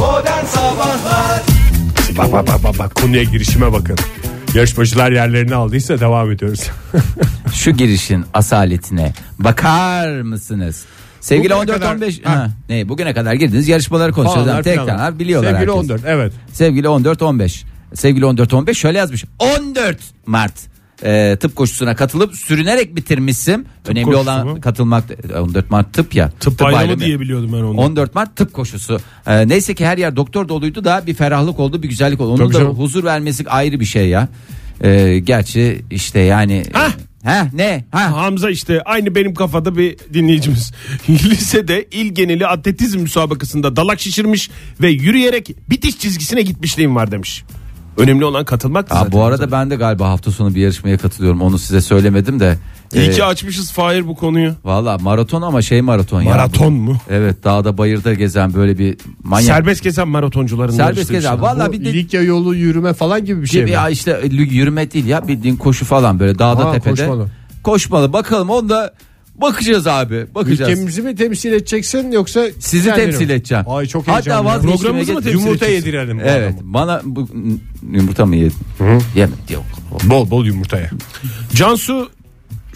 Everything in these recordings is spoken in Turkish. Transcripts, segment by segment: Modern Sabahlar Bak bak bak bak, bak. konuya girişime bakın. Yarışmacılar yerlerini aldıysa devam ediyoruz. Şu girişin asaletine bakar mısınız? Sevgili Bugüne kadar- 14-15 Ha. ha, ne bugüne kadar girdiniz yarışmaları konuşuyoruz. Falanlar, Yani tek filanlar. kanar biliyorlar Sevgili herkes. 14 evet. Sevgili 14-15. Sevgili 14-15 şöyle yazmış. 14 Mart e, tıp koşusuna katılıp sürünerek bitirmişsin. Önemli koşusu olan mu? katılmak. 14 Mart tıp ya. Tıp bayramı diye diye biliyordum ben onu. 14 Mart tıp koşusu. E, neyse ki her yer doktor doluydu da bir ferahlık oldu bir güzellik oldu. Onun Tabii da canım. huzur vermesi ayrı bir şey ya. E, gerçi işte yani. Hah! Ha ne? Ha. Hamza işte aynı benim kafada bir dinleyicimiz. Lisede il geneli atletizm müsabakasında dalak şişirmiş ve yürüyerek bitiş çizgisine gitmişliğim var demiş. Önemli olan katılmak. Aa, bu arada ben de galiba hafta sonu bir yarışmaya katılıyorum. Onu size söylemedim de. İyi E, ki açmışız Fahir bu konuyu. Valla maraton ama şey maraton, ya. Maraton mu? Evet dağda bayırda gezen böyle bir manyak. Serbest gezen maratoncuların Serbest yarıştığı gezen. şey. Valla Bu bir de Likya yolu yürüme falan gibi bir şey gibi mi? ya işte yürüme değil ya bildiğin koşu falan böyle dağda Ha, tepede. koşmalı. Koşmalı. Bakalım onda bakacağız abi. Bakacağız. Ülkemizi mi temsil edeceksin yoksa Sizi kendini temsil mi? edeceğim. Ay çok Hatta heyecanlı. ya. vazgeçtim. Programımızı mı Ege- temsil Yumurta edeceksin? yedirelim bu Evet adamı. bana bu, yumurta mı yedin? Yemedim. Yok. Bol bol yumurtaya. Cansu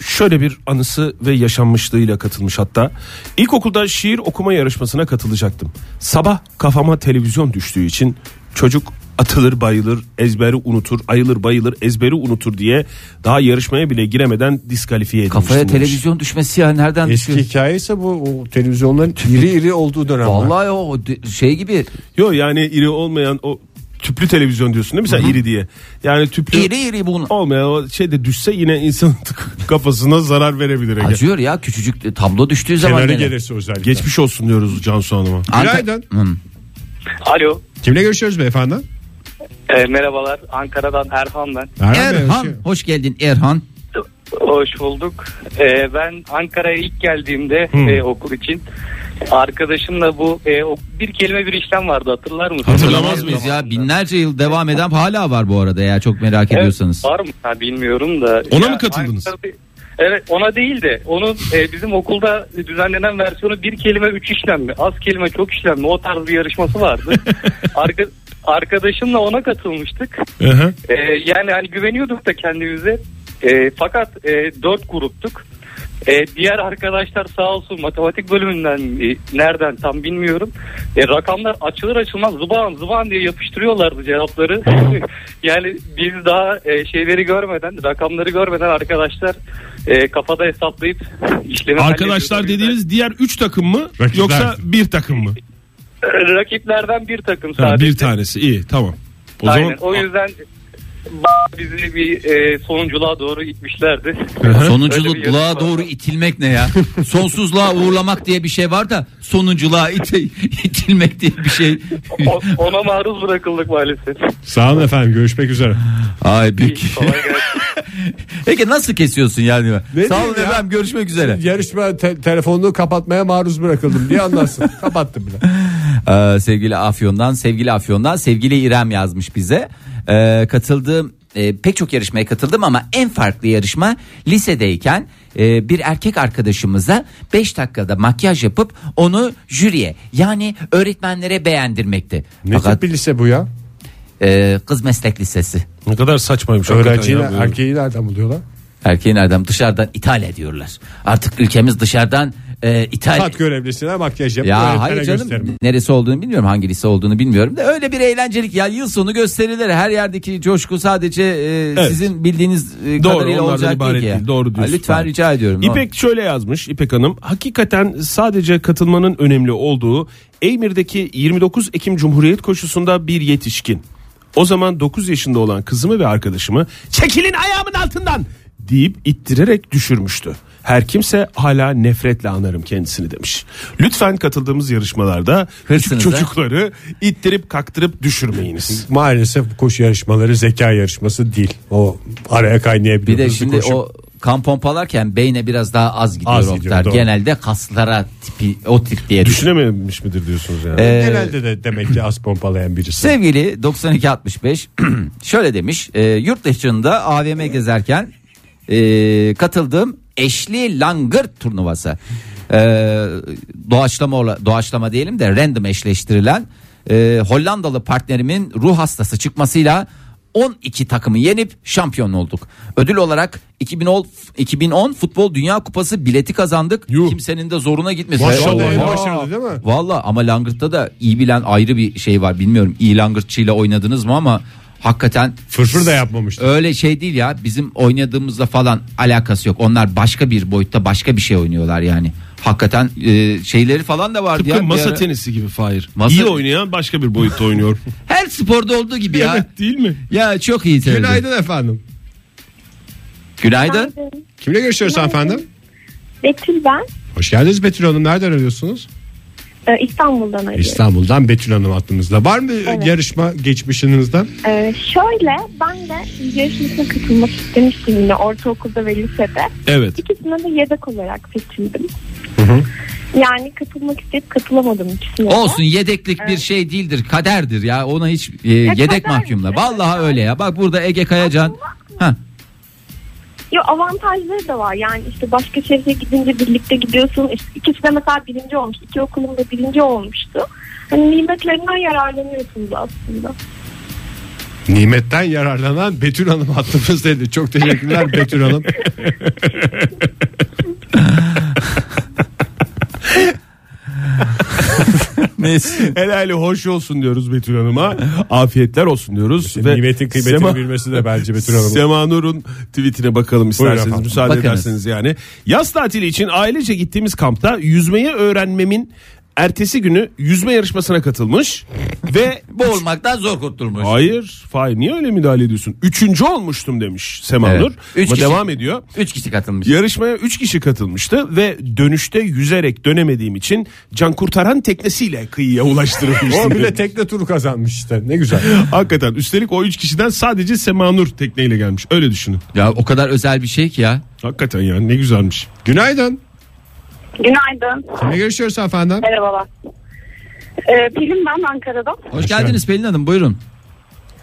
şöyle bir anısı ve yaşanmışlığıyla katılmış hatta. İlkokulda şiir okuma yarışmasına katılacaktım. Sabah kafama televizyon düştüğü için çocuk atılır bayılır ezberi unutur ayılır bayılır ezberi unutur diye daha yarışmaya bile giremeden diskalifiye edilmiştim. Kafaya demiş. televizyon düşmesi ya nereden Eski düşüyor? hikaye ise bu o televizyonların iri iri olduğu dönemler. Vallahi o de- şey gibi Yo yani iri olmayan o tüplü televizyon diyorsun değil mi sen iri diye. Yani tüplü iri iri bunu. olmayan o şey de düşse yine insanın kafasına zarar verebilir. Ege. Acıyor ya küçücük tablo düştüğü zaman. Kenarı gene. gelirse özellikle. Geçmiş olsun diyoruz Cansu Hanım'a. Anka- Günaydın. Alo. Kimle görüşüyoruz beyefendi? e, merhabalar. Ankara'dan Erhan ben. Bey, hoş Erhan geldin. hoş geldin Erhan. Hoş bulduk. E, ben Ankara'ya ilk geldiğimde e, okul için arkadaşımla bu e, o- bir kelime bir işlem vardı hatırlar mısın? Hatırlamaz mıyız ya binlerce yıl devam eden hala var bu arada ya çok merak Evet, ediyorsanız. var mı? Ha, bilmiyorum da. Ona Ya, mı katıldınız? Ankara'da- Evet ona değil de onun e, bizim okulda düzenlenen versiyonu bir kelime üç işlem mi? Az kelime çok işlem mi? O tarz bir yarışması vardı. Arka, arkadaşımla ona katılmıştık. Aha. Ee, yani hani güveniyorduk da kendimize. Ee, fakat e, dört gruptuk. Ee, diğer arkadaşlar sağ olsun matematik bölümünden e, nereden tam bilmiyorum. E, rakamlar açılır açılmaz zıban zıban diye yapıştırıyorlardı cevapları. yani biz daha e, şeyleri görmeden rakamları görmeden arkadaşlar e, kafada hesaplayıp işlemi Arkadaşlar hallediyordu. dediğiniz diğer 3 takım mı Rakipler. yoksa bir takım mı? rakiplerden bir takım Ha, sadece. bir tanesi iyi tamam. O O, Aynen. zaman o yüzden b- bizi bir e, sonunculuğa doğru itmişlerdi. Öyle bir Sonunculuğa yarışma doğru var. itilmek ne ya? Sonsuzluğa uğurlamak diye bir şey var da sonunculuğa ite- itilmek diye bir şey. O- ona maruz bırakıldık maalesef. Sağ olun efendim görüşmek üzere. Ay İyi, büyük. kolay gelsin. Peki nasıl kesiyorsun yani? Ne Sağ olun diyeyim ya? efendim görüşmek üzere. Yarışma te- telefonunu kapatmaya maruz bırakıldım diye anlarsın. Kapattım bile. Ee, sevgili Afyon'dan, sevgili Afyon'dan sevgili İrem yazmış bize. Ee, katıldığım e, pek çok yarışmaya katıldım ama en farklı yarışma lisedeyken e, bir erkek arkadaşımıza 5 dakikada makyaj yapıp onu jüriye yani öğretmenlere beğendirmekti. Ne Fakat tip bir lise bu ya? e, kız meslek lisesi. ne kadar saçmaymış. Öğrenciyle erkeği nereden buluyorlar? Erkeğin adam dışarıdan ithal ediyorlar. Artık ülkemiz dışarıdan e, ithal Kat görevlisine makyaj yap. Ya öğretmene hayır canım gösterin. neresi olduğunu bilmiyorum hangi lise olduğunu bilmiyorum da öyle bir eğlencelik ya yıl sonu gösterileri her yerdeki coşku sadece e, Evet. sizin bildiğiniz e, Doğru, kadarıyla onlardan olacak ibaret değil ki. ya. değil, doğru diyorsun. Ha, Lütfen Tamam. rica ediyorum. İpek şöyle yazmış İpek Hanım. Hakikaten sadece katılmanın önemli olduğu Eymir'deki 29 Ekim Cumhuriyet koşusunda bir yetişkin. O zaman 9 yaşında olan kızımı ve arkadaşımı çekilin ayağımın altından deyip ittirerek düşürmüştü. Her kimse hala nefretle anarım kendisini demiş. Lütfen katıldığımız yarışmalarda küçük Hırsınıza. çocukları ittirip kaktırıp düşürmeyiniz. Maalesef bu koşu yarışmaları zeka yarışması değil. O araya Bir kaynayabiliyor. de Hızlı şimdi koşu. o kan pompalarken beyne biraz daha az gidiyor Az o gidiyor, kadar. doğru. Genelde kaslara tipi o tip diye. düşün. Düşünememiş midir diyorsunuz yani. Ee, Herhalde de demek ki az pompalayan birisi. Sevgili 9265 şöyle demiş e, yurt dışında AVM gezerken e, katıldığım eşli langır turnuvası E, doğaçlama ola- doğaçlama diyelim de random eşleştirilen e, Hollandalı partnerimin ruh hastası çıkmasıyla 12 takımı yenip şampiyon olduk. Ödül olarak 2010, 2010 Futbol Dünya Kupası bileti kazandık. Yuh. Kimsenin de zoruna gitmedi. Maşallah, Eyvallah. en Aa. başarılı değil mi? Valla ama Langırt'ta da iyi bilen ayrı bir şey var. Bilmiyorum iyi Langırtçıyla oynadınız mı ama hakikaten Fırfır da yapmamıştı. öyle şey değil ya. Bizim oynadığımızla falan alakası yok. Onlar başka bir boyutta başka bir şey oynuyorlar yani. Hakikaten e, şeyleri falan da vardı Tıpkı ya. Bir masa ara- tenisi gibi Fahir. Masa- İyi oynayan başka bir boyutta oynuyor. Her sporda olduğu gibi ya. evet değil mi? Ya çok iyi söyledin. Günaydın efendim. Günaydın. Kimle görüşüyoruz efendim? Betül ben. Hoş geldiniz Betül Hanım. Nereden arıyorsunuz? Ee, İstanbul'dan arıyorum. İstanbul'dan Betül Hanım aklınızda. Var mı Evet. yarışma geçmişinizden? Ee, şöyle ben de yarışmasına katılmak istemiştim yine ortaokulda ve lisede. Evet. İkisine de yedek olarak seçildim. Yani katılmak isteyip katılamadım ikisine. de. E, Olsun yedeklik bir şey değildir kaderdir ya ona hiç e, yedek kader. mahkumla. Vallahi öyle ya bak burada Ege Kayacan. Heh. Yo, avantajları da var. Yani işte başka şehre gidince birlikte gidiyorsun. İşte ikisi de mesela birinci olmuş. İki okulumda birinci olmuştu. Hani nimetlerinden yararlanıyorsunuz aslında. Nimetten yararlanan Betül Hanım hattımızdaydı. Çok teşekkürler Betül Hanım. Neyse. Helali hoş olsun diyoruz Betül Hanım'a. Afiyetler olsun diyoruz. Nimetin kıymetini Sema- bilmesi de bence Betül Hanım. Sema Nur'un tweetine bakalım isterseniz efendim. müsaade Bakınız. ederseniz yani. Yaz tatili için ailece gittiğimiz kampta yüzmeyi öğrenmemin ertesi günü yüzme yarışmasına katılmış ve Boğulmaktan zor kurtulmuş. Hayır, Fahir niye öyle müdahale ediyorsun? Üçüncü olmuştum demiş Sema Evet. Nur. Üç Ama kişi- devam ediyor. 3 kişi katılmış. Yarışmaya 3 kişi katılmıştı ve dönüşte yüzerek dönemediğim için can kurtaran teknesiyle kıyıya ulaştırılmıştım. O bile demiş. tekne turu kazanmış işte. Ne güzel. Hakikaten üstelik o 3 kişiden sadece Sema Nur tekneyle gelmiş. Öyle düşünün. Ya o kadar özel bir şey ki ya. Hakikaten yani ne güzelmiş. Günaydın. Günaydın. Kimle görüşüyoruz efendim? Merhabalar. Ee, Pelin ben Ankara'dan. Hoş geldiniz Pelin Hanım buyurun.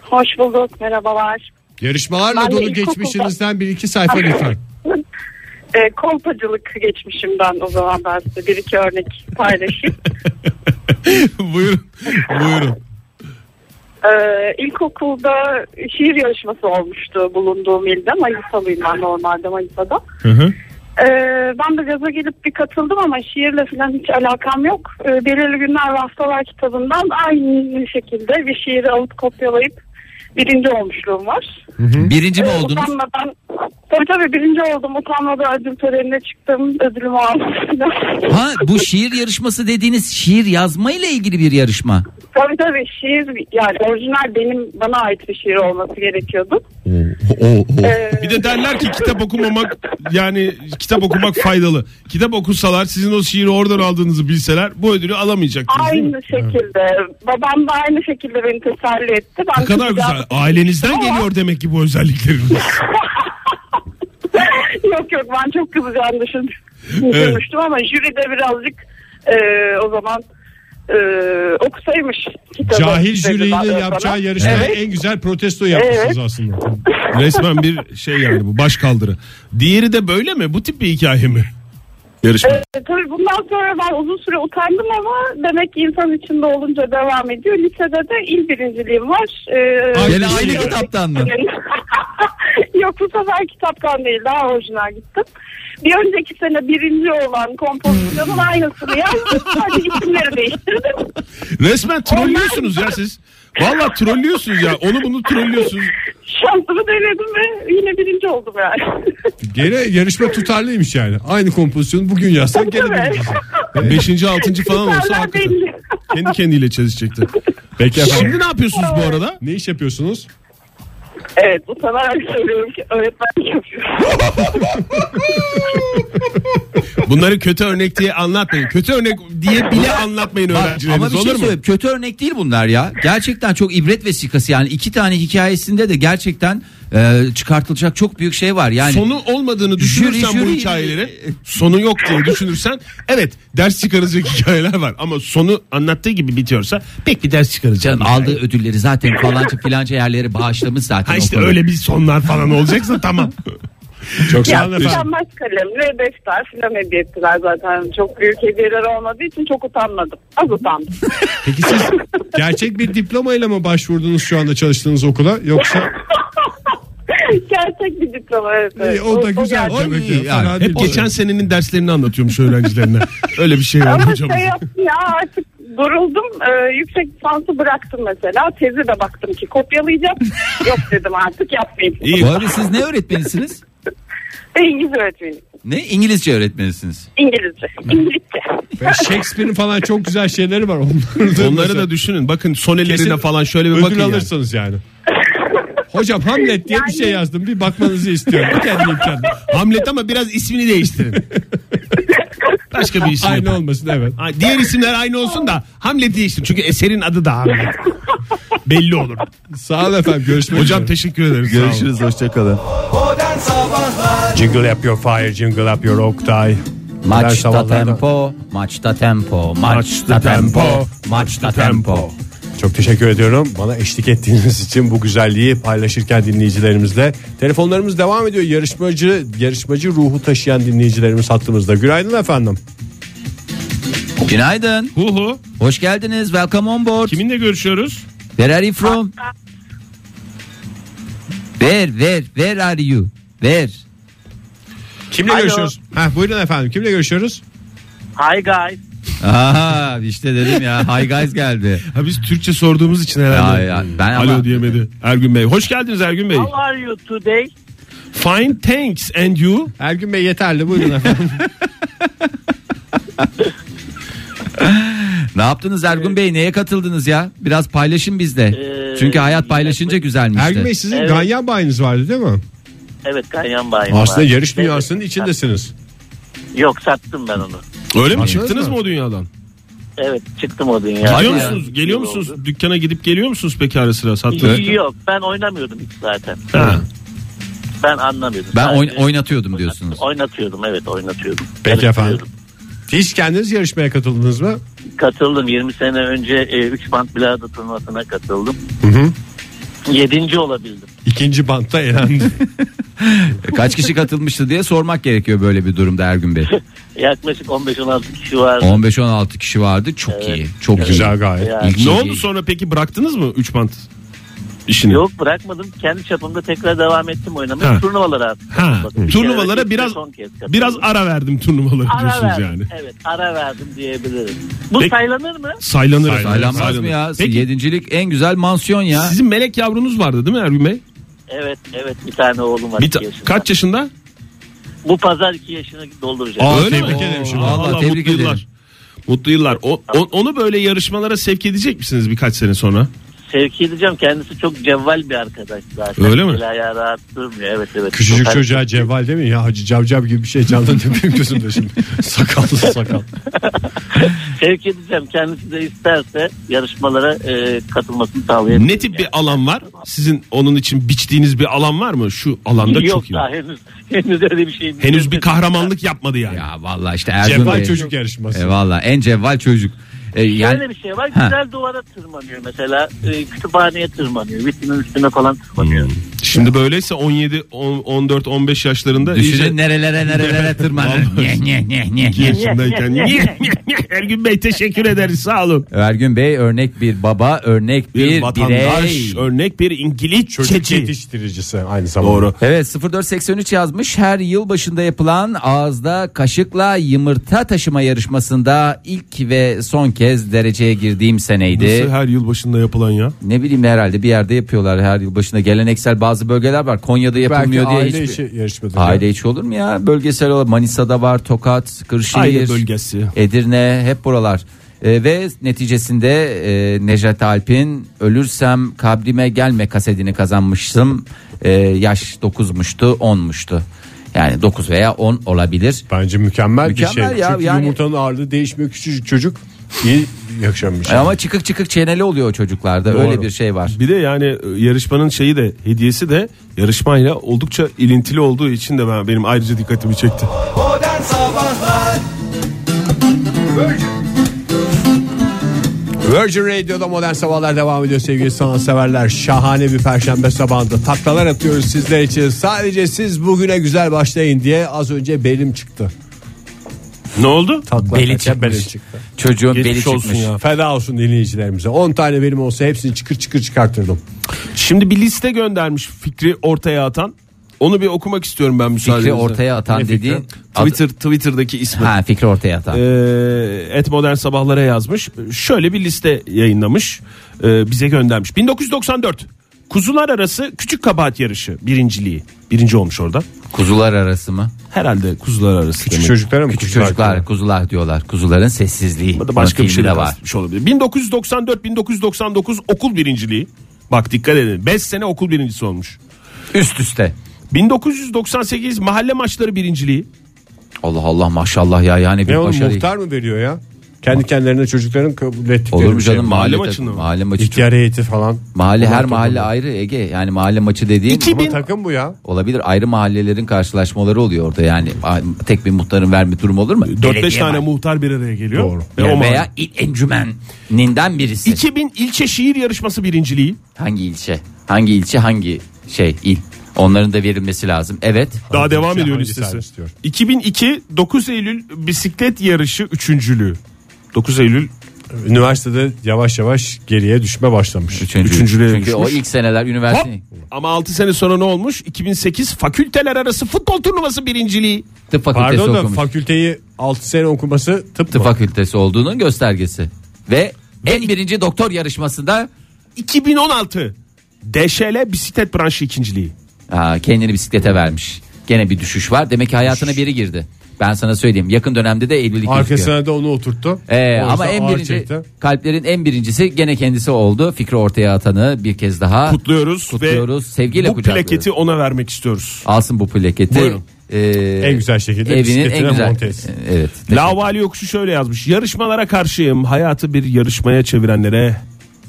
Hoş bulduk. Merhabalar. Yarışmalarla Ben de dolu ilkokulda- geçmişinizden bir iki sayfa lütfen. Ee, kolpacılık geçmişimden o zaman ben size bir iki örnek paylaşayım. buyurun. Buyurun. Ee, ilkokulda şiir yarışması olmuştu bulunduğum ilde. Manisa'lıyım ben normalde Manisa'da. Ee, ben de gaza gelip bir katıldım ama şiirle falan hiç alakam yok. Ee, belirli günler ve haftalar kitabından aynı şekilde bir şiiri alıp kopyalayıp birinci olmuşluğum var. Birinci mi Evet, oldunuz? Utanmadan, tabii tabii birinci oldum. Utanmadan ödül törenine çıktım. Ödülümü aldım. Ha bu şiir yarışması dediğiniz şiir yazma ile ilgili bir yarışma. tabii tabii şiir yani orijinal benim bana ait bir şiir olması gerekiyordu. Ee, Bir de derler ki kitap okumamak yani kitap okumak faydalı. Kitap okusalar sizin o şiiri oradan aldığınızı bilseler bu ödülü alamayacaktınız değil mi? aynı şekilde. Babam da aynı şekilde beni teselli etti. Ben Ne kadar kızacağım. güzel. Ailenizden geliyor demek ki bu özellikleriniz. yok yok ben çok kızacağını düşün- düşünmüştüm ama jüri de birazcık e, o zaman e, okusaymış kitabı. Cahil dedi jüriyle bana. yapacağı yarışmaya Evet. E, en güzel protesto yapmışsınız aslında. Resmen bir şey yani bu baş kaldırı. Diğeri de böyle mi? Bu tip bir hikaye mi? Yarışma. E, Tabii bundan sonra ben uzun süre utandım ama demek ki insan içinde olunca devam ediyor. Lisede de il birinciliğim var. Ee, Gene şey aynı kitaptan mı? Yok bu sefer kitaptan değil daha orijinal gittim. Bir önceki sene birinci olan kompozisyonun aynısını yazdım. Sadece isimleri değiştirdim. Resmen trollüyorsunuz ya siz. Valla trollüyorsunuz ya. Onu bunu trollüyorsunuz. Şansımı denedim ve yine birinci oldum yani. Gene yarışma tutarlıymış yani. Aynı kompozisyonu bugün yazsak gene Tabii. bilir. Beşinci, altıncı falan olsa Kriterler hakikaten. belli. Kendi kendiyle çelişecekti. Peki efendim. Şimdi ne yapıyorsunuz bu arada? Ne iş yapıyorsunuz? Evet utanarak söylüyorum ki öğretmenlik yapıyorum. Bunları kötü örnek diye anlatmayın. Kötü örnek diye bile anlatmayın Bak, ama öğrencileriniz bir şey olur mu? söyleyeyim. Kötü örnek değil bunlar ya. Gerçekten çok ibret vesikası yani. iki tane hikayesinde de gerçekten e, çıkartılacak çok büyük şey var. Yani Sonu olmadığını düşünürsen Jüri, bu jüri- hikayelerin sonu yok diye düşünürsen evet ders çıkaracak hikayeler var ama sonu anlattığı gibi bitiyorsa pek bir ders çıkaracak. Canım aldığı ödülleri zaten falanca filanca yerlere bağışlamış zaten. Ha o işte şey. konuda. öyle bir sonlar falan olacaksa tamam. Çok sağ Ya olun efendim. utanmaz kalem ve defter filan hediye ettiler zaten. Çok büyük hediyeler olmadığı için çok utanmadım. Az utandım. Peki siz gerçek bir diplomayla mı başvurdunuz şu anda çalıştığınız okula yoksa Gerçek bir diploma evet. evet. E, o da güzel gerçek. demek Oy, ya. Fena yani değil. hep geçen senenin derslerini anlatıyormuş öğrencilerine. Öyle bir şey var Ama hocam. şey yaptım ya artık duruldum. Ee, yüksek lisansı bıraktım mesela. Tezi de baktım ki kopyalayacağım. Yok dedim artık yapmayayım. Bu arada siz ne öğretmenisiniz? Ben İngiliz öğretmeniyim. Ne İngilizce öğretmenisiniz? İngilizce. İngilizce. Ve Shakespeare'in falan çok güzel şeyleri var. Onları da, Onları da düşünün. Bakın sonelerine Kesin falan şöyle bir bakın. ödül yani. alırsınız yani. Hocam Hamlet diye bir şey yazdım. Bir bakmanızı istiyorum. Bu kendi imkanım. Hamlet ama biraz ismini değiştirin. Başka bir isim Aynı yapın. olmasın evet. Ay, Diğer isimler aynı olsun da Hamlet değiştir. Çünkü eserin adı da Hamlet. Belli olur. Sağ olun efendim. Görüşmek Hocam teşekkür ederiz. Sağ olun. Görüşürüz hoşçakalın. Modern Sabahlar Jingle up your fire, jingle up your Oktay. Maçta tempo, maçta tempo, maçta tempo, maçta tempo. Çok teşekkür ediyorum. Bana eşlik ettiğiniz için bu güzelliği paylaşırken dinleyicilerimizle. Telefonlarımız devam ediyor. Yarışmacı yarışmacı ruhu taşıyan dinleyicilerimiz hattımızda. Günaydın efendim. Günaydın. Hu hu. Hoş geldiniz. Welcome on board. Kiminle görüşüyoruz? Where are you from? Where, where, where are you? Where? Kimle görüşüyoruz? Heh, buyurun efendim. Kimle görüşüyoruz? Hi guys. Aha işte dedim ya. Hi guys geldi. Ha biz Türkçe sorduğumuz için herhalde. herhalde. Ya, ya, ben Alo ama- diyemedi. Ergün Bey. Hoş geldiniz Ergün Bey. How are you today? Fine thanks and you? Ergün Bey yeterli. Buyurun efendim. Ne yaptınız Ergun Bey? Neye katıldınız ya? Biraz paylaşın bizde. Ee, Çünkü hayat paylaşınca güzelmiş. de. Ergün Bey sizin Evet. ganyan bayınız vardı değil mi? Evet Ganyan Bayram. Aslında var. yarış dünyasının Evet, içindesiniz. sat- Yok sattım ben onu. Öyle mi? Anladınız Çıktınız mı? mı o dünyadan? Evet çıktım o dünyaya. Gidiyor ya. musunuz? Geliyor Yıl musunuz? oldu. Dükkana gidip geliyor musunuz peki ara sıra sattığınız? Yok ben oynamıyordum hiç zaten. Ha. Ben anlamıyordum. Ben oyn- Sadece oynatıyordum diyorsunuz. Oynatıyordum evet oynatıyordum. Peki efendim. Karıştırıyordum. Hiç kendiniz yarışmaya katıldınız mı? Katıldım 20 sene önce 3 band bilardo turnuvasına katıldım. 7. olabildim. İkinci bantta elendi. Kaç kişi katılmıştı diye sormak gerekiyor böyle bir durumda Ergün Bey. Yaklaşık 15-16 kişi vardı. 15-16 kişi vardı. Çok Evet. iyi. Çok iyi. Güzel gayet. Yani- İlk şey Ne iyi. oldu sonra peki bıraktınız mı 3 bant işini? Yok bırakmadım. Kendi çapımda tekrar devam ettim Ha. oynamaya. Turnuvalara artık. Ha. katıldım. Bir Turnuvalara kere ve biraz- son kez katıldım. Biraz ara verdim turnuvaları ara diyorsunuz verdim. yani. Evet ara verdim diyebilirim. Bu Peki- saylanır mı? Saylanır. efendim, Saylanmaz saylanır. mı ya? Peki, Yedincilik en güzel mansiyon ya. sizin melek yavrunuz vardı değil mi Ergün Bey? Evet evet bir tane oğlum var. Bir iki ta- yaşında. kaç yaşında? Bu pazar 2 yaşını dolduracak. Aa, Öyle tebrik mi? ederim Oo, şimdi. Vallahi vallahi tebrik mutlu yıllar. ederim. Mutlu yıllar. O- o- onu böyle yarışmalara sevk edecek misiniz birkaç sene sonra? Sevki edeceğim. Kendisi çok cevval bir arkadaş zaten. Öyle mi? El ayağı rahat durmuyor. Evet evet. Küçücük Çok- çocuğa cevval değil mi? Ya Hacı Cavcav gibi bir şey canlandı benim gözümde şimdi. Sakallı sakal. Sevk edeceğim. Kendisi de isterse yarışmalara e, katılmasını sağlayabilirim. Ne tip yani. bir alan var? Sizin onun için biçtiğiniz bir alan var mı? Şu alanda Yok çok iyi. daha henüz, henüz öyle bir şey değil. Henüz bir kahramanlık yapmadı yani. Ya vallahi işte Ergun Cevval Bey. çocuk yarışması. E valla en cevval çocuk. E, yani Şöyle bir şey var. Ha. Güzel duvara tırmanıyor mesela. E, kütüphaneye tırmanıyor. Vitrinin üstüne falan tırmanıyor. Şimdi böyleyse 17, 10, 14, 15 yaşlarında düşünün nerelere nerelere tırmanır. Nye, nye, nye, nye, nye. yaşındayken. Ergün Bey teşekkür ederiz sağ olun. Ergün Bey örnek bir baba, örnek bir, Bir, vatandaş, birey. örnek bir İngiliz Çocuk çocuğu. yetiştiricisi aynı zamanda. Doğru. Evet 0483 yazmış her yıl başında yapılan ağızda kaşıkla yumurta taşıma yarışmasında ilk ve son kez dereceye girdiğim seneydi. Nasıl her yıl başında yapılan ya? Ne bileyim herhalde bir yerde yapıyorlar her yıl başında geleneksel bazı bölgeler var Konya'da Belki yapılmıyor diye hiçbir... aile işi yarışmadı. Aile içi olur mu ya? Bölgesel olarak Manisa'da var, Tokat, Kırşehir, Aile bölgesi. Edirne hep buralar. E, ve neticesinde e, Nejat Alp'in Ölürsem Kabrime Gelme kasetini kazanmıştım. E, yaş 9'muştu, 10'muştu. Yani 9 veya 10 olabilir. Bence mükemmel, Mükemmel bir şey. ya, Çünkü yani- yumurtanın ağırlığı değişmiyor. Küçücük çocuk iyi yaşanmış. E, Ama çıkık çıkık çeneli oluyor o çocuklarda. Öyle bir şey var. Bir de yani e, yarışmanın şeyi de hediyesi de yarışmayla oldukça ilintili olduğu için de ben benim ayrıca dikkatimi çekti. Modern Sabahlar Virgin Radio'da modern sabahlar devam ediyor sevgili sanatseverler. Şahane bir perşembe sabahında taklalar atıyoruz sizler için. Sadece siz bugüne güzel başlayın diye az önce belim çıktı. Ne oldu? Taklalar Beli derken çıkmış. belim çıktı. Çocuğun beli Geçmiş olsun çıkmış. ya. Feda olsun dinleyicilerimize. 10 tane benim olsa hepsini çıkır çıkır çıkartırdım. Şimdi bir liste göndermiş fikri ortaya atan. Onu bir okumak istiyorum ben müsaadenizle. Fikri ortaya atan Ne dediği fikri? Twitter Twitter'daki ismi. Ha fikri ortaya atan. Ee, Et Modern Sabahlara yazmış. Şöyle bir liste yayınlamış. Ee, bize göndermiş. 1994. Kuzular arası küçük kabahat yarışı birinciliği. Birinci olmuş orada. Kuzular arası mı? Herhalde kuzular arası. Küçük demek. çocuklara mı? Küçük Kuzular çocuklar, diyorlar. kuzular diyorlar. Kuzuların sessizliği. Ya da Başka başka bir şey de de var. olabilir. 1994-1999 okul birinciliği. Bak dikkat edin. 5 sene okul birincisi olmuş. Üst üste. 1998 mahalle maçları birinciliği. Allah Allah maşallah ya yani Ne bir oğlum başarı. muhtar mı veriyor ya? Kendi kendilerine çocukların kabul ettikleri Olur mu bir şey. canım mahalle, Mahalle maçını mı? Mahalle maçı. İhtiyar heyeti falan. Mahalle her Onlar mahalle toplanıyor. ayrı Ege. Yani mahalle maçı dediğin İki- Ama takım bu ya. olabilir. Ayrı mahallelerin karşılaşmaları oluyor orada. Yani a- tek bir muhtarın verme durumu olur mu? 4-5 Belediye tane var. muhtar bir araya geliyor. Doğru. Ve o Ya mahalle- veya il encümeninden birisi. 2000 ilçe şiir yarışması birinciliği. Hangi ilçe? Hangi ilçe? Hangi şey il? Onların da verilmesi lazım. Evet. Daha Hangi devam ilçe, ediyor hangi servis listesi. diyor? 2002 9 Eylül bisiklet yarışı üçüncülüğü. 9 Eylül Üniversitede yavaş yavaş geriye düşme başlamış. Üçüncülüğe Çünkü düşmüş. o ilk seneler hop. üniversite Ama 6 sene sonra ne olmuş? 2008 fakülteler arası futbol turnuvası birinciliği. tıp fakültesi Pardon da okumuş. fakülteyi 6 sene okuması tıp, tıp mı? fakültesi olduğunun göstergesi. Ve en birinci doktor yarışmasında 2016 DŞL bisiklet branşı ikinciliği. aa, kendini bisiklete vermiş. Gene bir düşüş var. Demek ki hayatına biri girdi. Ben sana söyleyeyim. Yakın dönemde de evlilik gözüküyor. Arkasına da onu oturttu. Ee, O ama yüzden en ağır birinci çekti. kalplerin en birincisi gene kendisi oldu. Fikri ortaya atanı bir kez daha Kutluyoruz, Kutluyoruz. ve Sevgiyle bu kucaklıyoruz. plaketi ona vermek istiyoruz. alsın bu plaketi. Buyurun. Ee, En güzel şekilde bisikletine monte etsin. Evet. Lavali yokuşu şöyle yazmış. Yarışmalara karşıyım. Hayatı bir yarışmaya çevirenlere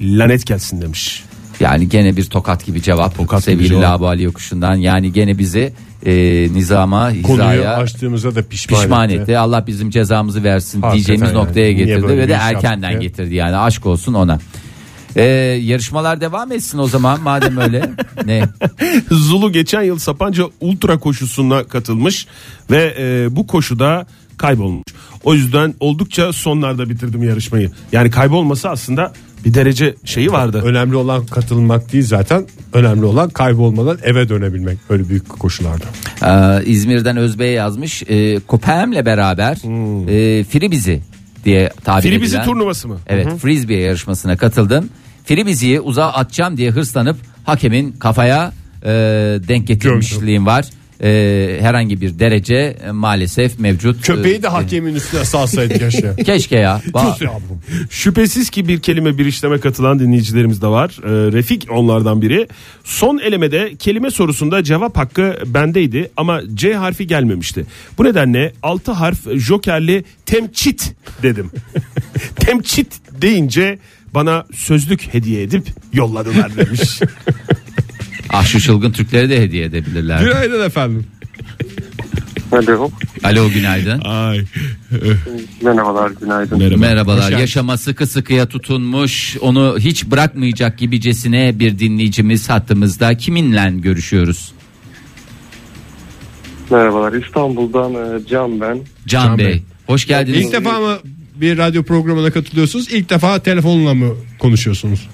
lanet gelsin demiş. Yani gene bir tokat gibi cevap Tokat gibi sevgili cevap. Labali yokuşundan. Yani gene bizi e, nizama, Konuyu hizaya açtığımıza da pişman, pişman etti. etti. Allah bizim cezamızı versin Hakikaten diyeceğimiz yani. noktaya Niye getirdi böyle ve bir de iş yaptık erkenden ya? getirdi yani aşk olsun ona. Ee, yarışmalar devam etsin o zaman madem öyle. ne? Zulu geçen yıl Sapanca Ultra koşusuna katılmış ve e, bu koşuda kaybolmuş. O yüzden oldukça sonlarda bitirdim yarışmayı. Yani kaybolması aslında bir derece şeyi vardı. Önemli olan katılmak değil zaten. Önemli olan kaybolmadan eve dönebilmek. Öyle büyük koşularda. Ee, İzmir'den Özbey yazmış. E, Kopem'le beraber Hmm. e, Firibizi diye tabir Firibizi edilen- turnuvası mı? Evet frisbee yarışmasına katıldım. Frisbee'yi uzağa atacağım diye hırslanıp hakemin kafaya e, denk getirmişliğim var. E, herhangi bir derece e, maalesef mevcut. Köpeği de E, hakemin üstüne salsaydı yaşa. Keşke ya. Va- Sus yavrum. Şüphesiz ki bir kelime bir işleme katılan dinleyicilerimiz de var. Ee, Refik onlardan biri. Son elemede kelime sorusunda cevap hakkı bendeydi ama C harfi gelmemişti. Bu nedenle 6 harf jokerli temçit dedim. temçit deyince bana sözlük hediye edip yolladılar demiş. ah şu çılgın Türkleri de hediye edebilirler. Günaydın efendim. Alo. Alo günaydın. Ay. Merhabalar günaydın. Merhabalar. Yaşama sıkı sıkıya tutunmuş, onu hiç bırakmayacak gibicesine bir dinleyicimiz hattımızda. Kiminle görüşüyoruz? Merhabalar İstanbul'dan e, Can ben. Can, Bey. Hoş geldiniz. İlk defa mı bir radyo programına katılıyorsunuz? İlk defa telefonla mı konuşuyorsunuz?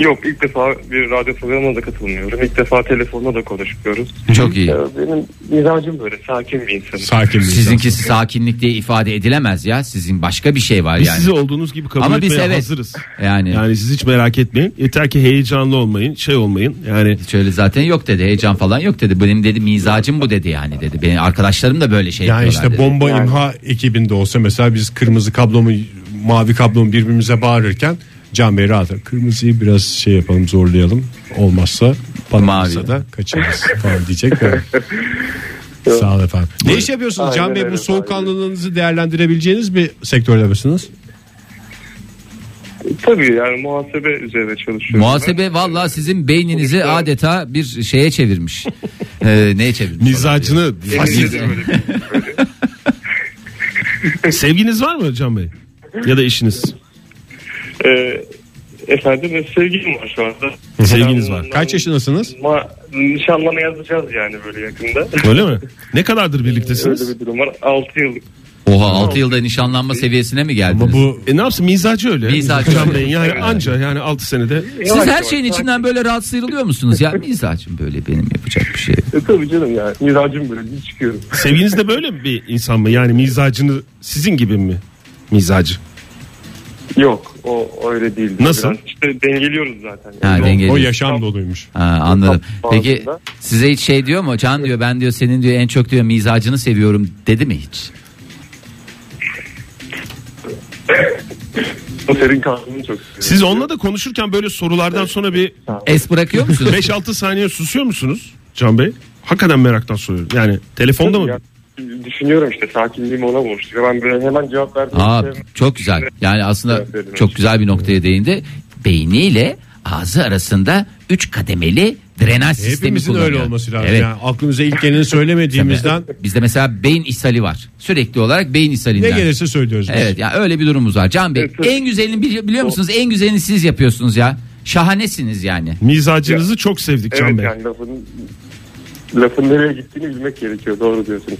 Yok ilk defa bir radyo programına da katılmıyorum. İlk defa telefonla da konuşmuyoruz. Çok iyi. Ee, Benim mizacım böyle sakin bir insanım. Sakin bir Sizinkisi sakinlik diye ifade edilemez ya. Sizin başka bir şey var Biz yani. sizi olduğunuz gibi kabul Ama biz etmeye evet. hazırız. Yani, Yani siz hiç merak etmeyin. Yeter ki heyecanlı olmayın, şey olmayın. Yani şöyle zaten yok dedi. Heyecan falan yok dedi. Benim dedi mizacım bu dedi yani dedi. Benim arkadaşlarım da böyle şey Yani yapıyorlar işte dedi. bomba imha ekibinde olsa mesela biz kırmızı kablomu mavi kablomu birbirimize bağırırken Can Bey rahat kırmızıyı biraz şey yapalım zorlayalım olmazsa patlarsa Mavi. da kaçarız falan diyecek de. Sağ olun efendim. Ne iş yapıyorsunuz Can Aynen Bey? Bu öyle, soğukkanlılığınızı değerlendirebileceğiniz bir sektörde misiniz? E, Tabii yani muhasebe üzerine çalışıyorum. Muhasebe valla sizin beyninizi adeta bir şeye çevirmiş. ee, neye çevirmiş? mizacını Elimizde de böyle bir- böyle. sevginiz var mı Can Bey? ya da işiniz. Ee, efendim e, sevgilim var şu anda. Sevginiz var. Kaç yaşındasınız? Ma- nişanlama yazacağız yani böyle yakında. Öyle mi? Ne kadardır Öyle birliktesiniz? bir durum var. 6 yıllık. Oha 6 yılda nişanlanma seviyesine mi geldiniz? Ama bu E ne yapsın mizacı öyle. Mizacı Can öyle. Bey'in yani anca yani 6 senede. Siz her Yavaş yavaş, şeyin sakin. içinden böyle rahat sıyrılıyor musunuz? Ya mizacım böyle benim yapacak bir şey. yok. E, tabii canım ya. Miracım böyle bir çıkıyorum. Sevginiz de böyle bir insan mı? Yani mizacını sizin gibi mi? Mizacı. Yok o öyle değil. Nasıl? Biraz işte dengeliyoruz zaten. Ha, Yani. dengeli. o yaşam doluymuş. Ha, anladım. Bazı- Peki bazıda. size hiç şey diyor mu? Can diyor ben diyor senin diyor en çok diyor mizacını seviyorum dedi mi hiç? O serin kahveni çok seviyorum. Siz onunla da konuşurken böyle sorulardan sonra bir Es bırakıyor musunuz? 5-6 saniye susuyor musunuz Can Bey? Hakikaten meraktan soruyorum. Yani telefonda mı? Ya, Düşünüyorum işte sakinliğim ona borçlu. Ben böyle hemen cevap verdim. Aa çok güzel. Yani aslında çok güzel bir noktaya değindi. Beyniyle ağzı arasında 3 kademeli drenaj sistemi Hepimizin kullanıyor. öyle olması lazım. Evet. Yani aklımıza ilk geleni söylemediğimizden Bizde mesela beyin ishali var. Sürekli olarak beyin ne ishalinden. gelirse söylüyoruz. biz. Evet ya öyle bir durumumuz var. Can Bey en güzelini bili- biliyor musunuz? En güzelini siz yapıyorsunuz ya. Şahanesiniz yani. Mizacınızı çok sevdik Can Evet Bey. yani lafın lafın nereye gittiğini bilmek gerekiyor. Doğru diyorsunuz.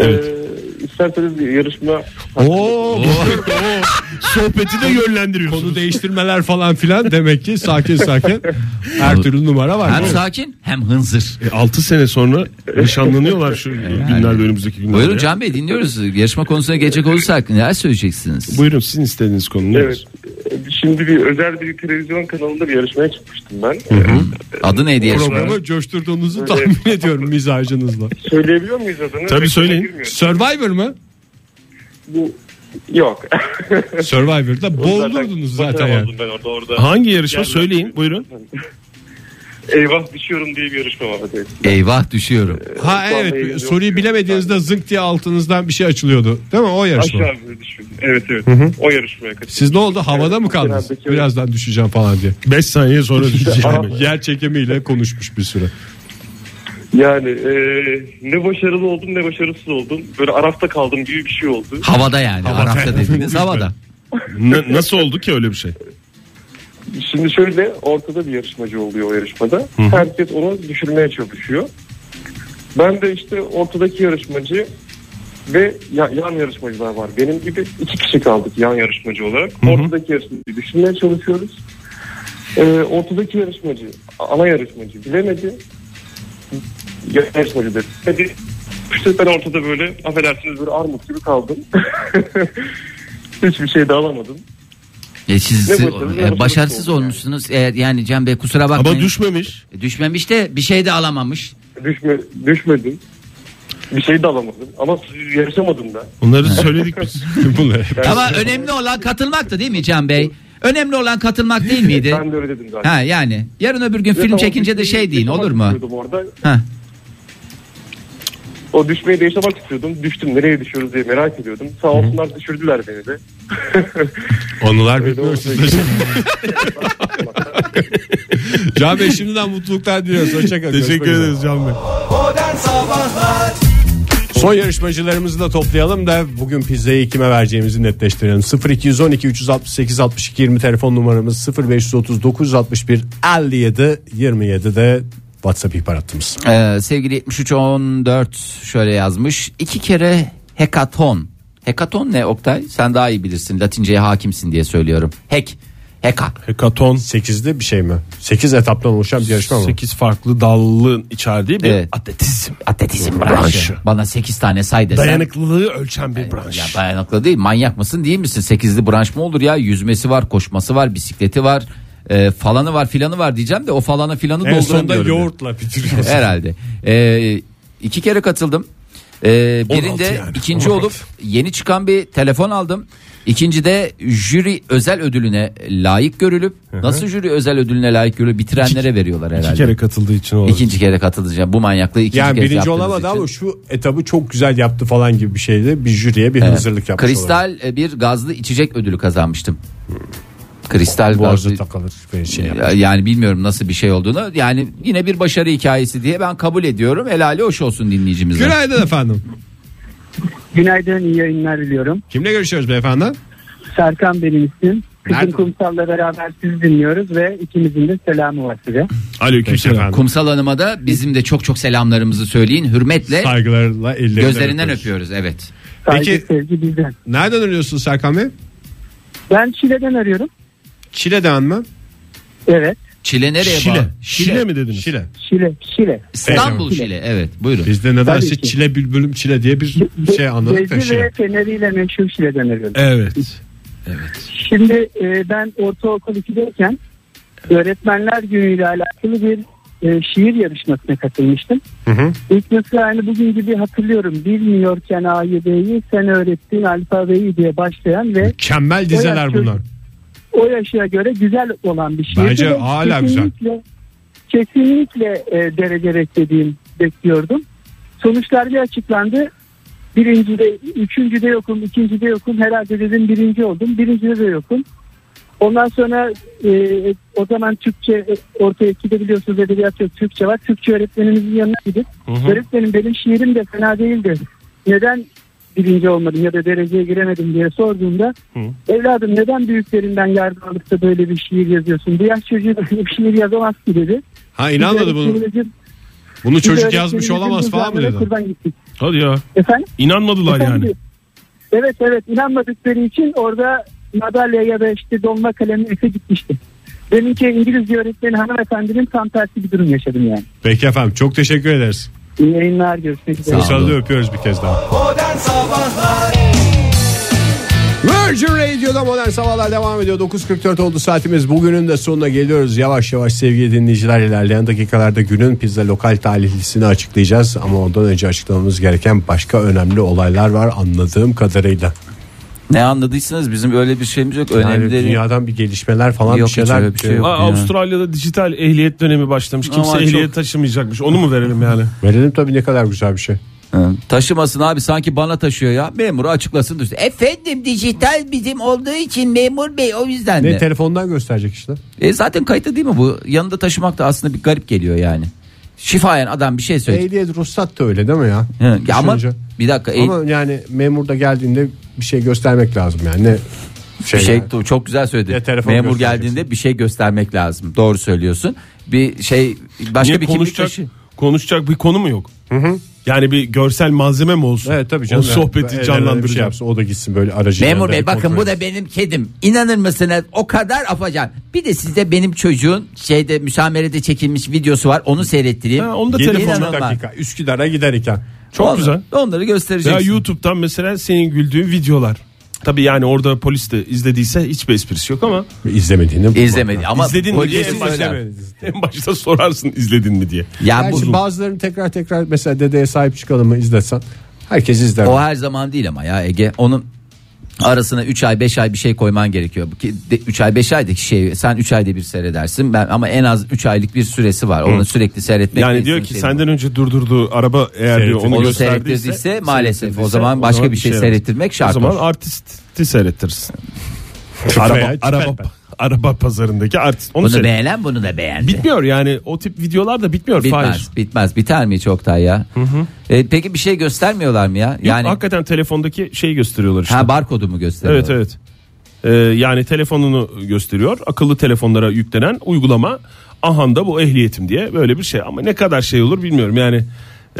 Ee, isterseniz bir yarışma Oo, bu Sohbeti de yönlendiriyorsunuz. konu değiştirmeler falan filan demek ki sakin sakin her türlü numara var. Hem Evet. sakin hem hınzır. 6 E, sene sonra nişanlanıyorlar şu günlerde önümüzdeki günlerde. Buyurun Can Bey dinliyoruz. Yarışma konusuna gelecek olursak neler söyleyeceksiniz? Buyurun sizin istediğiniz konu nedir? Evet. e, Şimdi bir özel bir televizyon kanalında bir yarışmaya çıkmıştım ben. Adı neydi yarışma? Programı coşturduğunuzu tahmin ediyorum mizacınızla. Ee, söyleyebiliyor muyuz adını? Tabii söyleyin. Reklama girmiyor. Survivor mı? Bu yok. Survivor'da boğulurdunuz zaten yani. Oldum ben orada orada. Hangi yarışma Gelmez. söyleyin buyurun. Eyvah düşüyorum diye bir yarışma var. Evet. Eyvah düşüyorum. Ha Şu anda evet yayın soruyu yok. bilemediğinizde zınk diye altınızdan bir şey açılıyordu. Değil mi o yarışma? Aşağı böyle düşüyorum. Evet evet. O yarışmaya katıldım. Siz ne oldu havada mı kaldınız? Kenardaki- Birazdan düşeceğim falan diye. 5 saniye sonra düşeceğim. Yer çekimiyle konuşmuş bir süre. Yani e, ne başarılı oldum ne başarısız oldum. Böyle arafta kaldım gibi bir şey oldu. Havada yani. Arapça dediğiniz havada. Na- nasıl oldu ki öyle bir şey? Şimdi şöyle ortada bir yarışmacı oluyor o yarışmada. Herkes onu düşürmeye çalışıyor. Ben de işte ortadaki yarışmacı ve ya- yan yarışmacılar var. Benim gibi iki kişi kaldık yan yarışmacı olarak. Ortadaki yarışmacıyı düşürmeye çalışıyoruz. Ee, ortadaki yarışmacı, ana yarışmacı bilemedi. Yan yarışmacı dedi. Hadi. İşte ben ortada böyle affedersiniz böyle armut gibi kaldım. Hiçbir şey de alamadım. E siz Ne siz- başarılı, e, ne başarısız başarısız oldu olmuşsunuz. E, yani Can Bey kusura bakmayın. E, Ama düşmemiş. Düşmemiş de bir şey de alamamış. Düşme, düşmedim. Bir şey de alamadım. Ama yarışamadım da. Onları söyledik biz. Bunlar hep Ama önemli olan katılmaktı değil mi Can Bey? Önemli olan katılmak değil miydi? Ben de öyle dedim zaten. Ha yani yarın öbür gün film Tamam, çekince de düşmeyi şey deyin yaşamak olur mu? istiyordum Orada. Ha. O düşmeyi de yaşamak istiyordum. Düştüm nereye düşüyoruz diye merak ediyordum. Sağ olsunlar düşürdüler beni de. Anılar Öyle bitmiyor oldu. sizde şimdi. Can Bey şimdiden mutluluklar diliyoruz. Hoşçakalın. Teşekkür ederiz Can Bey. Modern Sabahlar Son yarışmacılarımızı da toplayalım da bugün pizzayı kime vereceğimizi netleştirelim. 0212 368 62 20 telefon numaramız 0539 61 57 27 de WhatsApp ihbar hattımız. Ee, sevgili 7314 şöyle yazmış. İki kere hekaton. Hekaton ne Oktay? Sen daha iyi bilirsin. Latinceye hakimsin diye söylüyorum. Hek. Heka. Hekaton 8'de bir şey mi? 8 etaptan oluşan bir yarışma mı? 8 farklı dallığın içerdiği bir Evet. atletizm. Atletizm branşı. Bana 8 tane say desen. Dayanıklılığı ölçen bir branş. Ya dayanıklı değil manyak mısın değil misin? Sekizli branş mı olur ya? Yüzmesi var, koşması var, bisikleti var, e, falanı var filanı var diyeceğim de o falanı filanı En sonda dolduramıyorum. yoğurtla bitiriyoruz. Herhalde. E, iki kere katıldım. E, 16 birinde yani, ikinci 16. olup yeni çıkan bir telefon aldım. İkinci de jüri özel ödülüne layık görülüp nasıl jüri özel ödülüne layık görülüp bitirenlere veriyorlar herhalde. İki kere katıldığı için oldu. İkinci kere katılacağım. Bu manyaklığı ikinci Yani kez birinci yaptığınız olamadı için. ama şu etabı çok güzel yaptı falan gibi bir şeydi. Bir jüriye bir hazırlık yapmış olabilir. Kristal e, bir gazlı içecek ödülü kazanmıştım. Kristal Boğazı gazlı takılır böyle şey yapar. Ya- yani bilmiyorum nasıl bir şey olduğunu. Yani yine bir başarı hikayesi diye ben kabul ediyorum. Helali hoş olsun dinleyicimize. Günaydın efendim. Günaydın, iyi yayınlar diliyorum. Kimle görüşüyoruz beyefendi? Serkan benim isim. Kızım Nerede? Kumsal'la beraber sizi dinliyoruz ve ikimizin de selamı var size. Aleykümselam. Efendim. Kumsal Hanım'a da bizim de çok çok selamlarımızı söyleyin. Hürmetle Saygılarla ellerinden gözlerinden öpüyoruz. Evet. Saygı, Peki- sevgi bizden. Nereden arıyorsun Serkan Bey? Ben Şile'den arıyorum. Çile'den mi? Evet. Çile nereye Şile. bağlı? Şile. mi dediniz? Şile. Şile. Şile. İstanbul Peki. Şile. Evet buyurun. Bizde Tabii nedense ki. çile bülbülüm çile diye bir şey anladık da Gezi ve şile. feneriyle meşhur Şile'den arıyorum. Evet. Şimdi e, ben ortaokul 2'deyken öğretmenler günüyle alakalı bir e, şiir yarışmasına katılmıştım. hı. İlk mısra aynı bugün gibi hatırlıyorum. Bilmiyorken A'yı B'yi sen öğrettin alfabeyi diye başlayan ve Mükemmel dizeler Bayağı bunlar. o yaşa göre güzel olan bir şiirdi. Bence Ve hala güzel. kesinlikle- Kesinlikle e, derece beklediğim bekliyordum. Sonuçlar bir açıklandı. Birincide, üçüncüde yokum, ikincide yokum. Herhalde dedim birinci oldum. Birincide de yokum. Ondan sonra e, o zaman Türkçe e, orta etkide biliyorsunuz edebiyat yok Türkçe var. Türkçe öğretmenimizin yanına gidip öğretmenim benim şiirim de fena değildi. Neden birinci olmadım ya da dereceye giremedim diye sorduğumda evladım neden büyüklerinden yardım alıp da böyle bir şiir yazıyorsun? Bu yaş çocuğu böyle bir şiir yazamaz ki dedi. Ha Biz inanmadı bunu. öğretmenimizin- Bunu biz çocuk yazmış öğretmenimizin olamaz falan mı tuzağına dedi? Kurban gittik. Hadi ya. Efendim? İnanmadılar Efendim? yani. Evet evet inanmadıkları için orada madalya ya da işte dolma kalemi öte gitmişti. Deminki İngilizce öğretmeni hanımefendinin tam tersi bir durum yaşadım yani. Peki efendim çok teşekkür ederiz. İyi yayınlar görüşmek üzere. Sağ olun. Kutsal'da öpüyoruz bir kez daha. Modern Sabahlar Virgin Radio'da modern sabahlar devam ediyor. 9.44 oldu saatimiz. Bugünün de sonuna geliyoruz. Yavaş yavaş sevgili dinleyiciler ilerleyen dakikalarda günün pizza lokal talihlisini açıklayacağız. Ama ondan önce açıklamamız gereken başka önemli olaylar var anladığım kadarıyla. Ne anladıysanız bizim öyle bir şeyimiz yok. Yani Önemli değil. dünyadan bir gelişmeler falan Yok, bir hiç şeyler. öyle bir şey yok. Aa, Ya. Avustralya'da dijital ehliyet dönemi başlamış. Kimse Aman çok- ehliyet taşımayacakmış. Onu mu verelim yani? Verelim tabii ne kadar güzel bir şey. Hı. Taşımasın abi sanki bana taşıyor ya. Memuru açıklasın. dursun. Efendim dijital bizim olduğu için memur bey o yüzden Ne de. telefondan gösterecek işte. E zaten kayıtlı değil mi bu? Yanında taşımak da aslında bir garip geliyor yani. Şifayen adam bir şey söyledi. Ehliyet ruhsat da öyle değil mi ya? Hı, ya ama Düşününce. bir dakika e, Ama yani memur da geldiğinde bir şey göstermek lazım yani. Ne şey, bir şey yani. dur, çok güzel söyledi. Ya telefon Memur göstereceksin. geldiğinde bir şey göstermek lazım. Doğru söylüyorsun. Bir şey başka Niye bir kimlik konuşacak, taşı. konuşacak bir konu mu yok? Yani bir görsel malzeme mi olsun? Evet tabii canım. O sohbeti Yani canlandıracak. bir şey yapsın. O da gitsin böyle aracı. Memur yanında bey bir bakın kontrol bu da benim kedim. İnanır mısınız? O kadar afacan. Bir de sizde benim çocuğun şeyde müsamerede çekilmiş videosu var. Onu seyrettireyim. Ha, onu da Yedi telefonla. buçuk dakika Üsküdar'a giderken. Çok Onları- güzel. Onları Ya göstereceksin. YouTube'dan mesela senin güldüğün videolar. Tabii yani orada polis de izlediyse hiçbir esprisi yok ama İzlemediğini. İzlemedi ama izledin mi diye polisi en söyler. başta, en başta sorarsın izledin mi diye. Ya bu, Gerçi bazılarını tekrar tekrar mesela dedeye sahip çıkalım mı izlesen. Herkes izler. o her zaman değil ama ya Ege onun arasına 3 ay 5 ay bir şey koyman gerekiyor. 3 ay 5 aydaki şey sen 3 ayda bir seyredersin. Ben ama en az 3 aylık bir süresi var. Onu sürekli seyretmek. Yani de diyor insanı ki seviyor. senden önce durdurduğu araba eğer diyor onu, onu gösterdiyse seyrettirdiyse maalesef o seyrettirdiyse zaman başka bir şey yapmaz. seyrettirmek şart. O zaman olur. artisti seyrettirsin. veya araba tüfe. araba araba pazarındaki artist onu bunu seyret. beğenen bunu da beğendi. Bitmiyor yani o tip videolar da bitmiyor. Bitmez, Fahir. bitmez. Biter mi çoktan ya? E, peki bir şey göstermiyorlar mı ya? Yok, Yani hakikaten telefondaki şeyi gösteriyorlar işte. ha barkodu mu gösteriyor? Evet evet. Ee, yani telefonunu gösteriyor. Akıllı telefonlara yüklenen uygulama. Ahan da bu ehliyetim diye böyle bir şey. Ama ne kadar şey olur bilmiyorum. Yani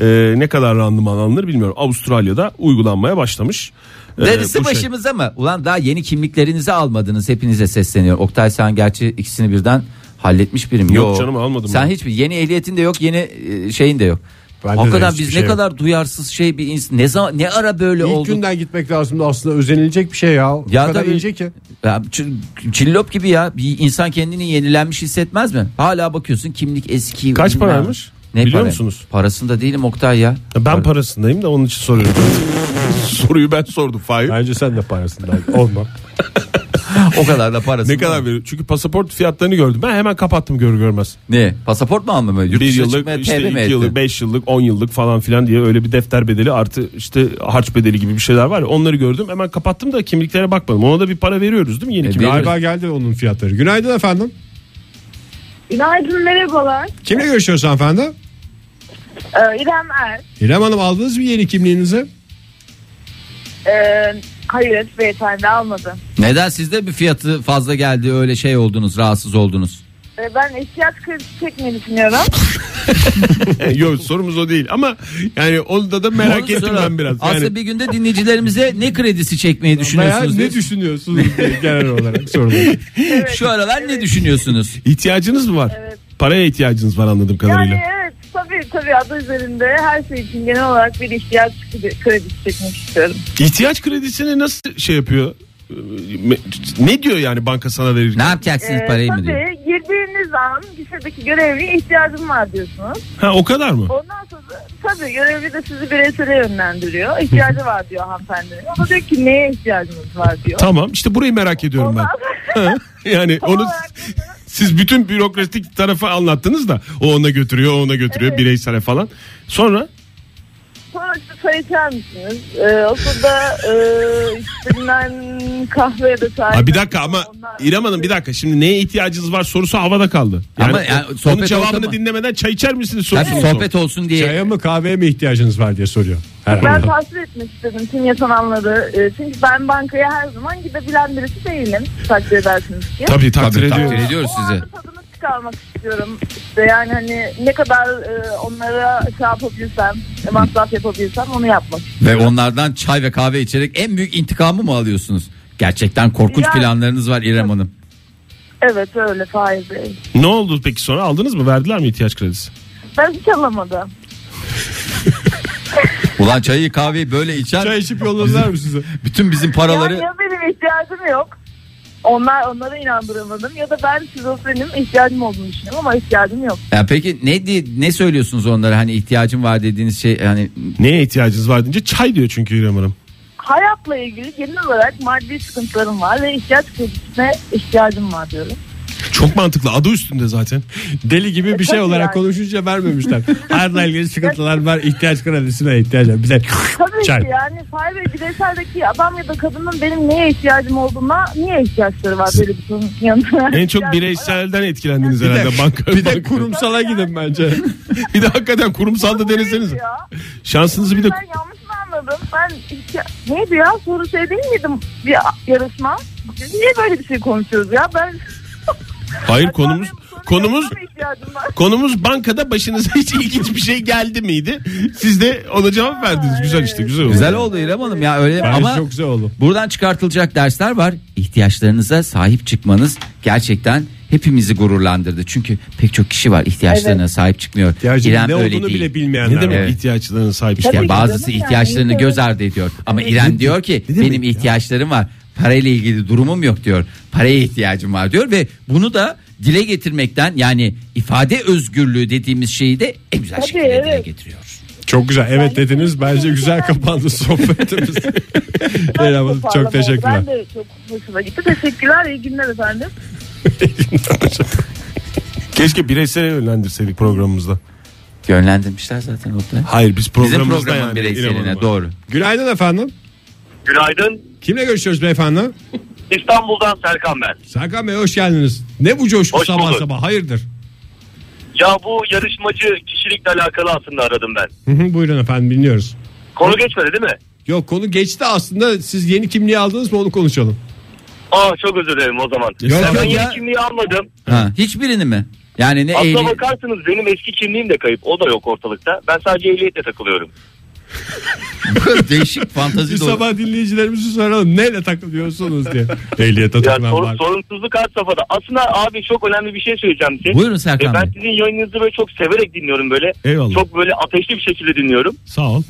e, ne kadar randıman alınır bilmiyorum. Avustralya'da uygulanmaya başlamış. Ee, Darısı bu şey- başımıza mı? Ulan daha yeni kimliklerinizi almadınız. Hepinize sesleniyorum. Oktay sen gerçi ikisini birden halletmiş birim. Yok canım, almadım Sen ben. hiçbir yeni ehliyetin de yok, yeni e, şeyin de yok. Bende de Hakikaten hiçbir biz şey ne yok. kadar duyarsız şey bir insan. Ne zaman ne ara böyle İlk olduk? günden gitmek lazımdı aslında özenilecek bir şey ya. O Ya kadar tabii. ince ki. Ya ç- çillop gibi ya. Bir insan kendini yenilenmiş hissetmez mi? Hala bakıyorsun kimlik eski. Kaç bilmem. paraymış? Ne Biliyor para? musunuz? Parasında değilim Oktay ya. Ben parasındayım da onun için soruyorum. Soruyu ben sordum Fahir. Bence sen de parasından olma. o kadar da parası. Ne kadar veriyor? Çünkü pasaport fiyatlarını gördüm. Ben hemen kapattım görür görmez. Ne? Pasaport mu almam öyle? Yurt bir dışına yıllık, çıkmaya işte tevbe mi iki ettin? yıllık, beş yıllık, on yıllık falan filan diye öyle bir defter bedeli artı işte harç bedeli gibi bir şeyler var ya onları gördüm hemen kapattım da kimliklere bakmadım. Ona da bir para veriyoruz değil mi yeni E, kimlik? veriyoruz. Galiba geldi onun fiyatları. Günaydın efendim. Günaydın merhabalar. Kimle görüşüyoruz hanımefendi? Ee, İrem Er. İrem Hanım aldınız mı yeni kimliğinizi? Ee, Hayır beyefendi almadı. Neden sizde bir fiyatı fazla geldi öyle şey oldunuz rahatsız oldunuz? Ee, ben ihtiyaç kredisi çekmeyi düşünüyorum. Yok sorumuz o değil ama yani onda da merak Onu ettim sonra- ben biraz. Aslında Yani bir günde dinleyicilerimize ne kredisi çekmeyi düşünüyorsunuz? ne düşünüyorsunuz diye genel olarak Şu aralar ne düşünüyorsunuz? ihtiyacınız mı var? Paraya ihtiyacınız var anladığım kadarıyla. Yani evet tabii tabii adı üzerinde her şey için genel olarak bir ihtiyaç kredisi çekmek istiyorum. İhtiyaç kredisini nasıl şey yapıyor? Ee, me- Ne diyor yani banka sana verirken? Ne yapacaksınız Ee, tabii girdiğiniz an gişedeki görevliye ihtiyacım var diyorsunuz. Ha o kadar mı? Ondan sonra tabii görevli de sizi bireysele yönlendiriyor. İhtiyacı var diyor hanımefendi. O da diyor ki neye ihtiyacınız var diyor. Tamam işte burayı merak ediyorum ben. Ha, yani Tamam, onu siz bütün bürokratik tarafa anlattınız da o ona götürüyor o ona götürüyor bireysele falan. Sonra Sonra işte çay içer misiniz? Ee, okulda e, işte bilmem kahve ya da çay. ha, bir dakika ama İrem Hanım bir dakika şimdi neye ihtiyacınız var sorusu havada kaldı. Yani, Ama yani o- onun sohbet cevabını ortamı- dinlemeden çay içer misiniz Tabii, sorusu. sohbet olsun diye. Çaya mı kahveye mi ihtiyacınız var diye soruyor. Ben Herhalde. tasvir etmek istedim tüm yaşananları. Ee, çünkü ben bankaya her zaman gidebilen birisi değilim. Takdir edersiniz ki. Tabii takdir ediyoruz. takdir ediyoruz sizi. çıkarmak istiyorum. İşte yani hani ne kadar e, onlara şey yapabilirsem, e, masraf yapabilirsem onu yapmak. Ve onlardan çay ve kahve içerek en büyük intikamı mı alıyorsunuz? Gerçekten korkunç Yani- planlarınız var İrem Hanım. Evet öyle Faiz Bey. Ne oldu peki sonra aldınız mı verdiler mi ihtiyaç kredisi? Ben hiç alamadım. Ulan çayı kahveyi böyle içer. Çay içip yolladılar mı size? Bütün bizim paraları Yani ya benim ihtiyacım yok. Onlar onlara inandıramadım ya da ben şizofrenim ihtiyacım olduğunu düşünüyorum ama ihtiyacım yok. Ya peki ne diye ne söylüyorsunuz onlara hani ihtiyacım var dediğiniz şey hani Neye ihtiyacınız var deyince çay diyor çünkü İrem Hanım. Hayatla ilgili genel olarak maddi sıkıntılarım var ve ihtiyaç kredisine ihtiyacım var diyorum. Çok mantıklı adı üstünde zaten. Deli gibi bir şey E, tabii olarak yani. konuşunca vermemişler. Hayatla ilgili sıkıntılar var. ihtiyaç kredisine ihtiyaç var. Bize Tabii çay. ki yani Fahir Bey bireyseldeki adam ya da kadının benim neye ihtiyacım olduğuna niye ihtiyaçları var böyle bir sorunun yanında. En çok bireyselden etkilendiniz herhalde banka. Bir de banka. kurumsala gidin bence. bir de hakikaten kurumsalda deneseniz. Ya. Şansınızı bir de Ben yanlış mı anladım? Ben ihtiya- neydi ya soru şey değil miydim bir yarışma? Biz niye böyle bir şey konuşuyoruz ya? Ben Hayır konumuz konumuz Yardıma ihtiyacım var. konumuz bankada başınıza hiç ilginç bir şey geldi miydi? Siz de ona cevap verdiniz. Güzel işte güzel oldu. güzel oldu İrem Hanım ya öyle Bence ama çok güzel oldu. buradan çıkartılacak dersler var. İhtiyaçlarınıza sahip çıkmanız gerçekten hepimizi gururlandırdı. Çünkü pek çok kişi var ihtiyaçlarına sahip çıkmıyor. İhtiyacının İrem ne öyle olduğunu değil. bile Ne bilmeyenler. demek var. Evet. ihtiyaçlarına sahip İşte çıkmak? bazısı canım yani, ihtiyaçlarını insanın- göz ardı ediyor. Ama İrem diyor ki benim ihtiyaçlarım var. Parayla ilgili durumum yok diyor. Paraya ihtiyacım var diyor ve bunu da dile getirmekten yani ifade özgürlüğü dediğimiz şeyi de en güzel Tabii, şekilde dile evet. getiriyor. Çok güzel. Evet dediniz. Bence güzel kapandı sohbetimiz. Leyla Hanım, toparlama çok oldu. teşekkürler. Ben de çok hoşuma gitti. Teşekkürler. iyi günler efendim. Keşke bireysel yönlendirseydik programımızda. Yönlendirmişler zaten orada. Hayır biz Bizim programımızda programın yani İrem Hanım'a. bireyseline doğru. Günaydın efendim. Günaydın. Kimle görüşüyoruz beyefendi? İstanbul'dan Serkan ben. Serkan Bey hoş geldiniz. Ne bu coşku Hoş sabah bulduk. sabah hayırdır? Ya bu yarışmacı kişilikle alakalı aslında aradım ben. Hı hı, Buyurun efendim dinliyoruz. Konu geçmedi değil mi? Yok konu geçti aslında siz yeni kimliği aldınız mı onu konuşalım. Aa çok özür dilerim o zaman. Yok, ben yok yeni ya. kimliği almadım. Ha, hiçbirini mi? Yani ne Aslına eğri... bakarsınız benim eski kimliğim de kayıp. O da yok ortalıkta. Ben sadece ehliyetle takılıyorum. değişik fantazi Bir dolu. sabah dinleyicilerimizi soralım neyle takılıyorsunuz diye. Ehliyete Ya takılan sor- var. sorumsuzluk her safhada. Aslında abi çok önemli bir şey söyleyeceğim size. Buyurun Serkan E, ben Bey. sizin yayınınızı böyle çok severek dinliyorum böyle. Eyvallah. Çok böyle ateşli bir şekilde dinliyorum. Sağ ol.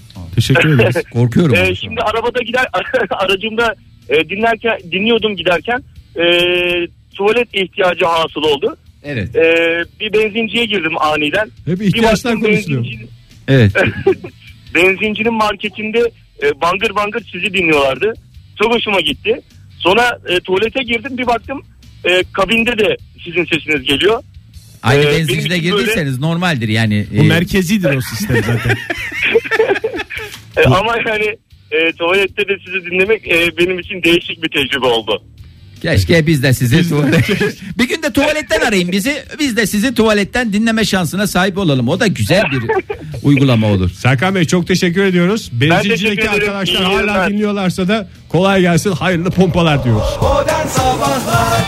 Teşekkür ederiz. Korkuyorum. E, şimdi arabada gider aracımda e, dinlerken dinliyordum giderken e, tuvalet ihtiyacı hasıl oldu. Evet. E, bir benzinciye girdim aniden. Hep Bir ihtiyaçlar baktım konuşuluyor. benzincinin- Evet. benzincinin marketinde e, bangır bangır sizi dinliyorlardı. Çok hoşuma gitti. Sonra e, tuvalete girdim bir baktım e, kabinde de sizin sesiniz geliyor. Aynı Ee, benzincide benim için girdiyseniz normaldir yani. Bu Ee, merkezidir o sistem zaten. E, ama yani e, tuvalette de sizi dinlemek e, benim için değişik bir tecrübe oldu. Keşke biz de sizi tuvalet... bir gün de de tuvaletten arayın bizi. Biz de sizi tuvaletten dinleme şansına sahip olalım. O da güzel bir uygulama olur. Serkan Bey çok teşekkür ediyoruz. Benzincideki teşekkür ederim. arkadaşlar İyi hala yayınlar. dinliyorlarsa da kolay gelsin hayırlı pompalar diyoruz. Modern Sabahlar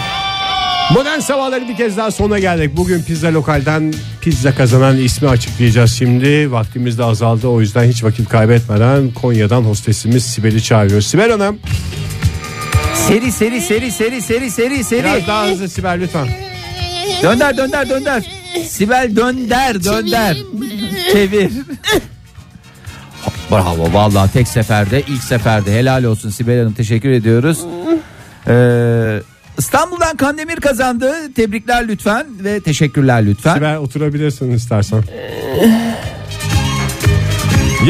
Modern sabahları bir kez daha sona geldik. Bugün pizza lokalden pizza kazanan ismi açıklayacağız şimdi. Vaktimiz de azaldı o yüzden hiç vakit kaybetmeden Konya'dan hostesimiz Sibel'i çağırıyoruz. Sibel Hanım Seri seri seri seri seri seri seri. biraz daha hızlı Sibel lütfen. Dönder dönder dönder. Sibel dönder dönder. Çevir. Bravo vallahi tek seferde ilk seferde helal olsun Sibel Hanım teşekkür ediyoruz. Ee, İstanbul'dan Kandemir kazandı. Tebrikler lütfen ve teşekkürler lütfen. Sibel oturabilirsin istersen.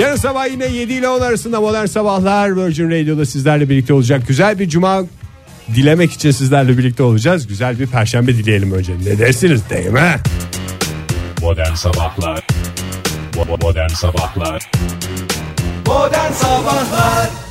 Yarın sabah yine 7 ile 10 arasında modern sabahlar Virgin Radio'da sizlerle birlikte olacak. Güzel bir cuma dilemek için sizlerle birlikte olacağız. Güzel bir perşembe dileyelim önce. Ne dersiniz değil mi? Modern Sabahlar Bo- Modern Sabahlar Modern Sabahlar